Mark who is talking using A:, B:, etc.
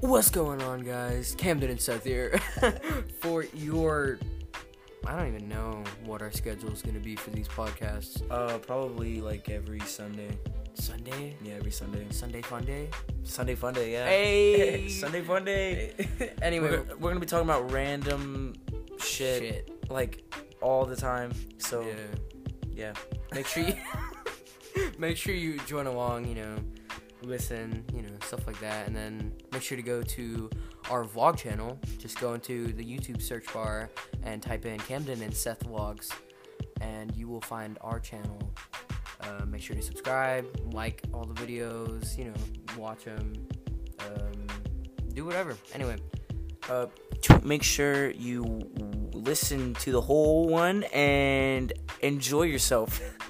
A: What's going on, guys? Camden and Seth here for your. I don't even know what our schedule is going to be for these podcasts.
B: Uh, probably like every Sunday.
A: Sunday,
B: Yeah, every Sunday.
A: Sunday Fun Day.
B: Sunday fun day, yeah.
A: Hey.
B: Sunday fun day. Anyway,
A: anyway,
B: we're, we're gonna be talking about random shit,
A: shit.
B: like all the time. So
A: Yeah.
B: yeah,
A: Make sure you make sure you join along. You know, listen. You know, stuff like that, and then make sure to go to our vlog channel. Just go into the YouTube search bar and type in Camden and Seth vlogs, and you will find our channel. Uh, make sure to subscribe, like all the videos. You know, watch them. Um, do whatever. Anyway,
B: Uh, t- make sure you w- listen to the whole one and enjoy yourself.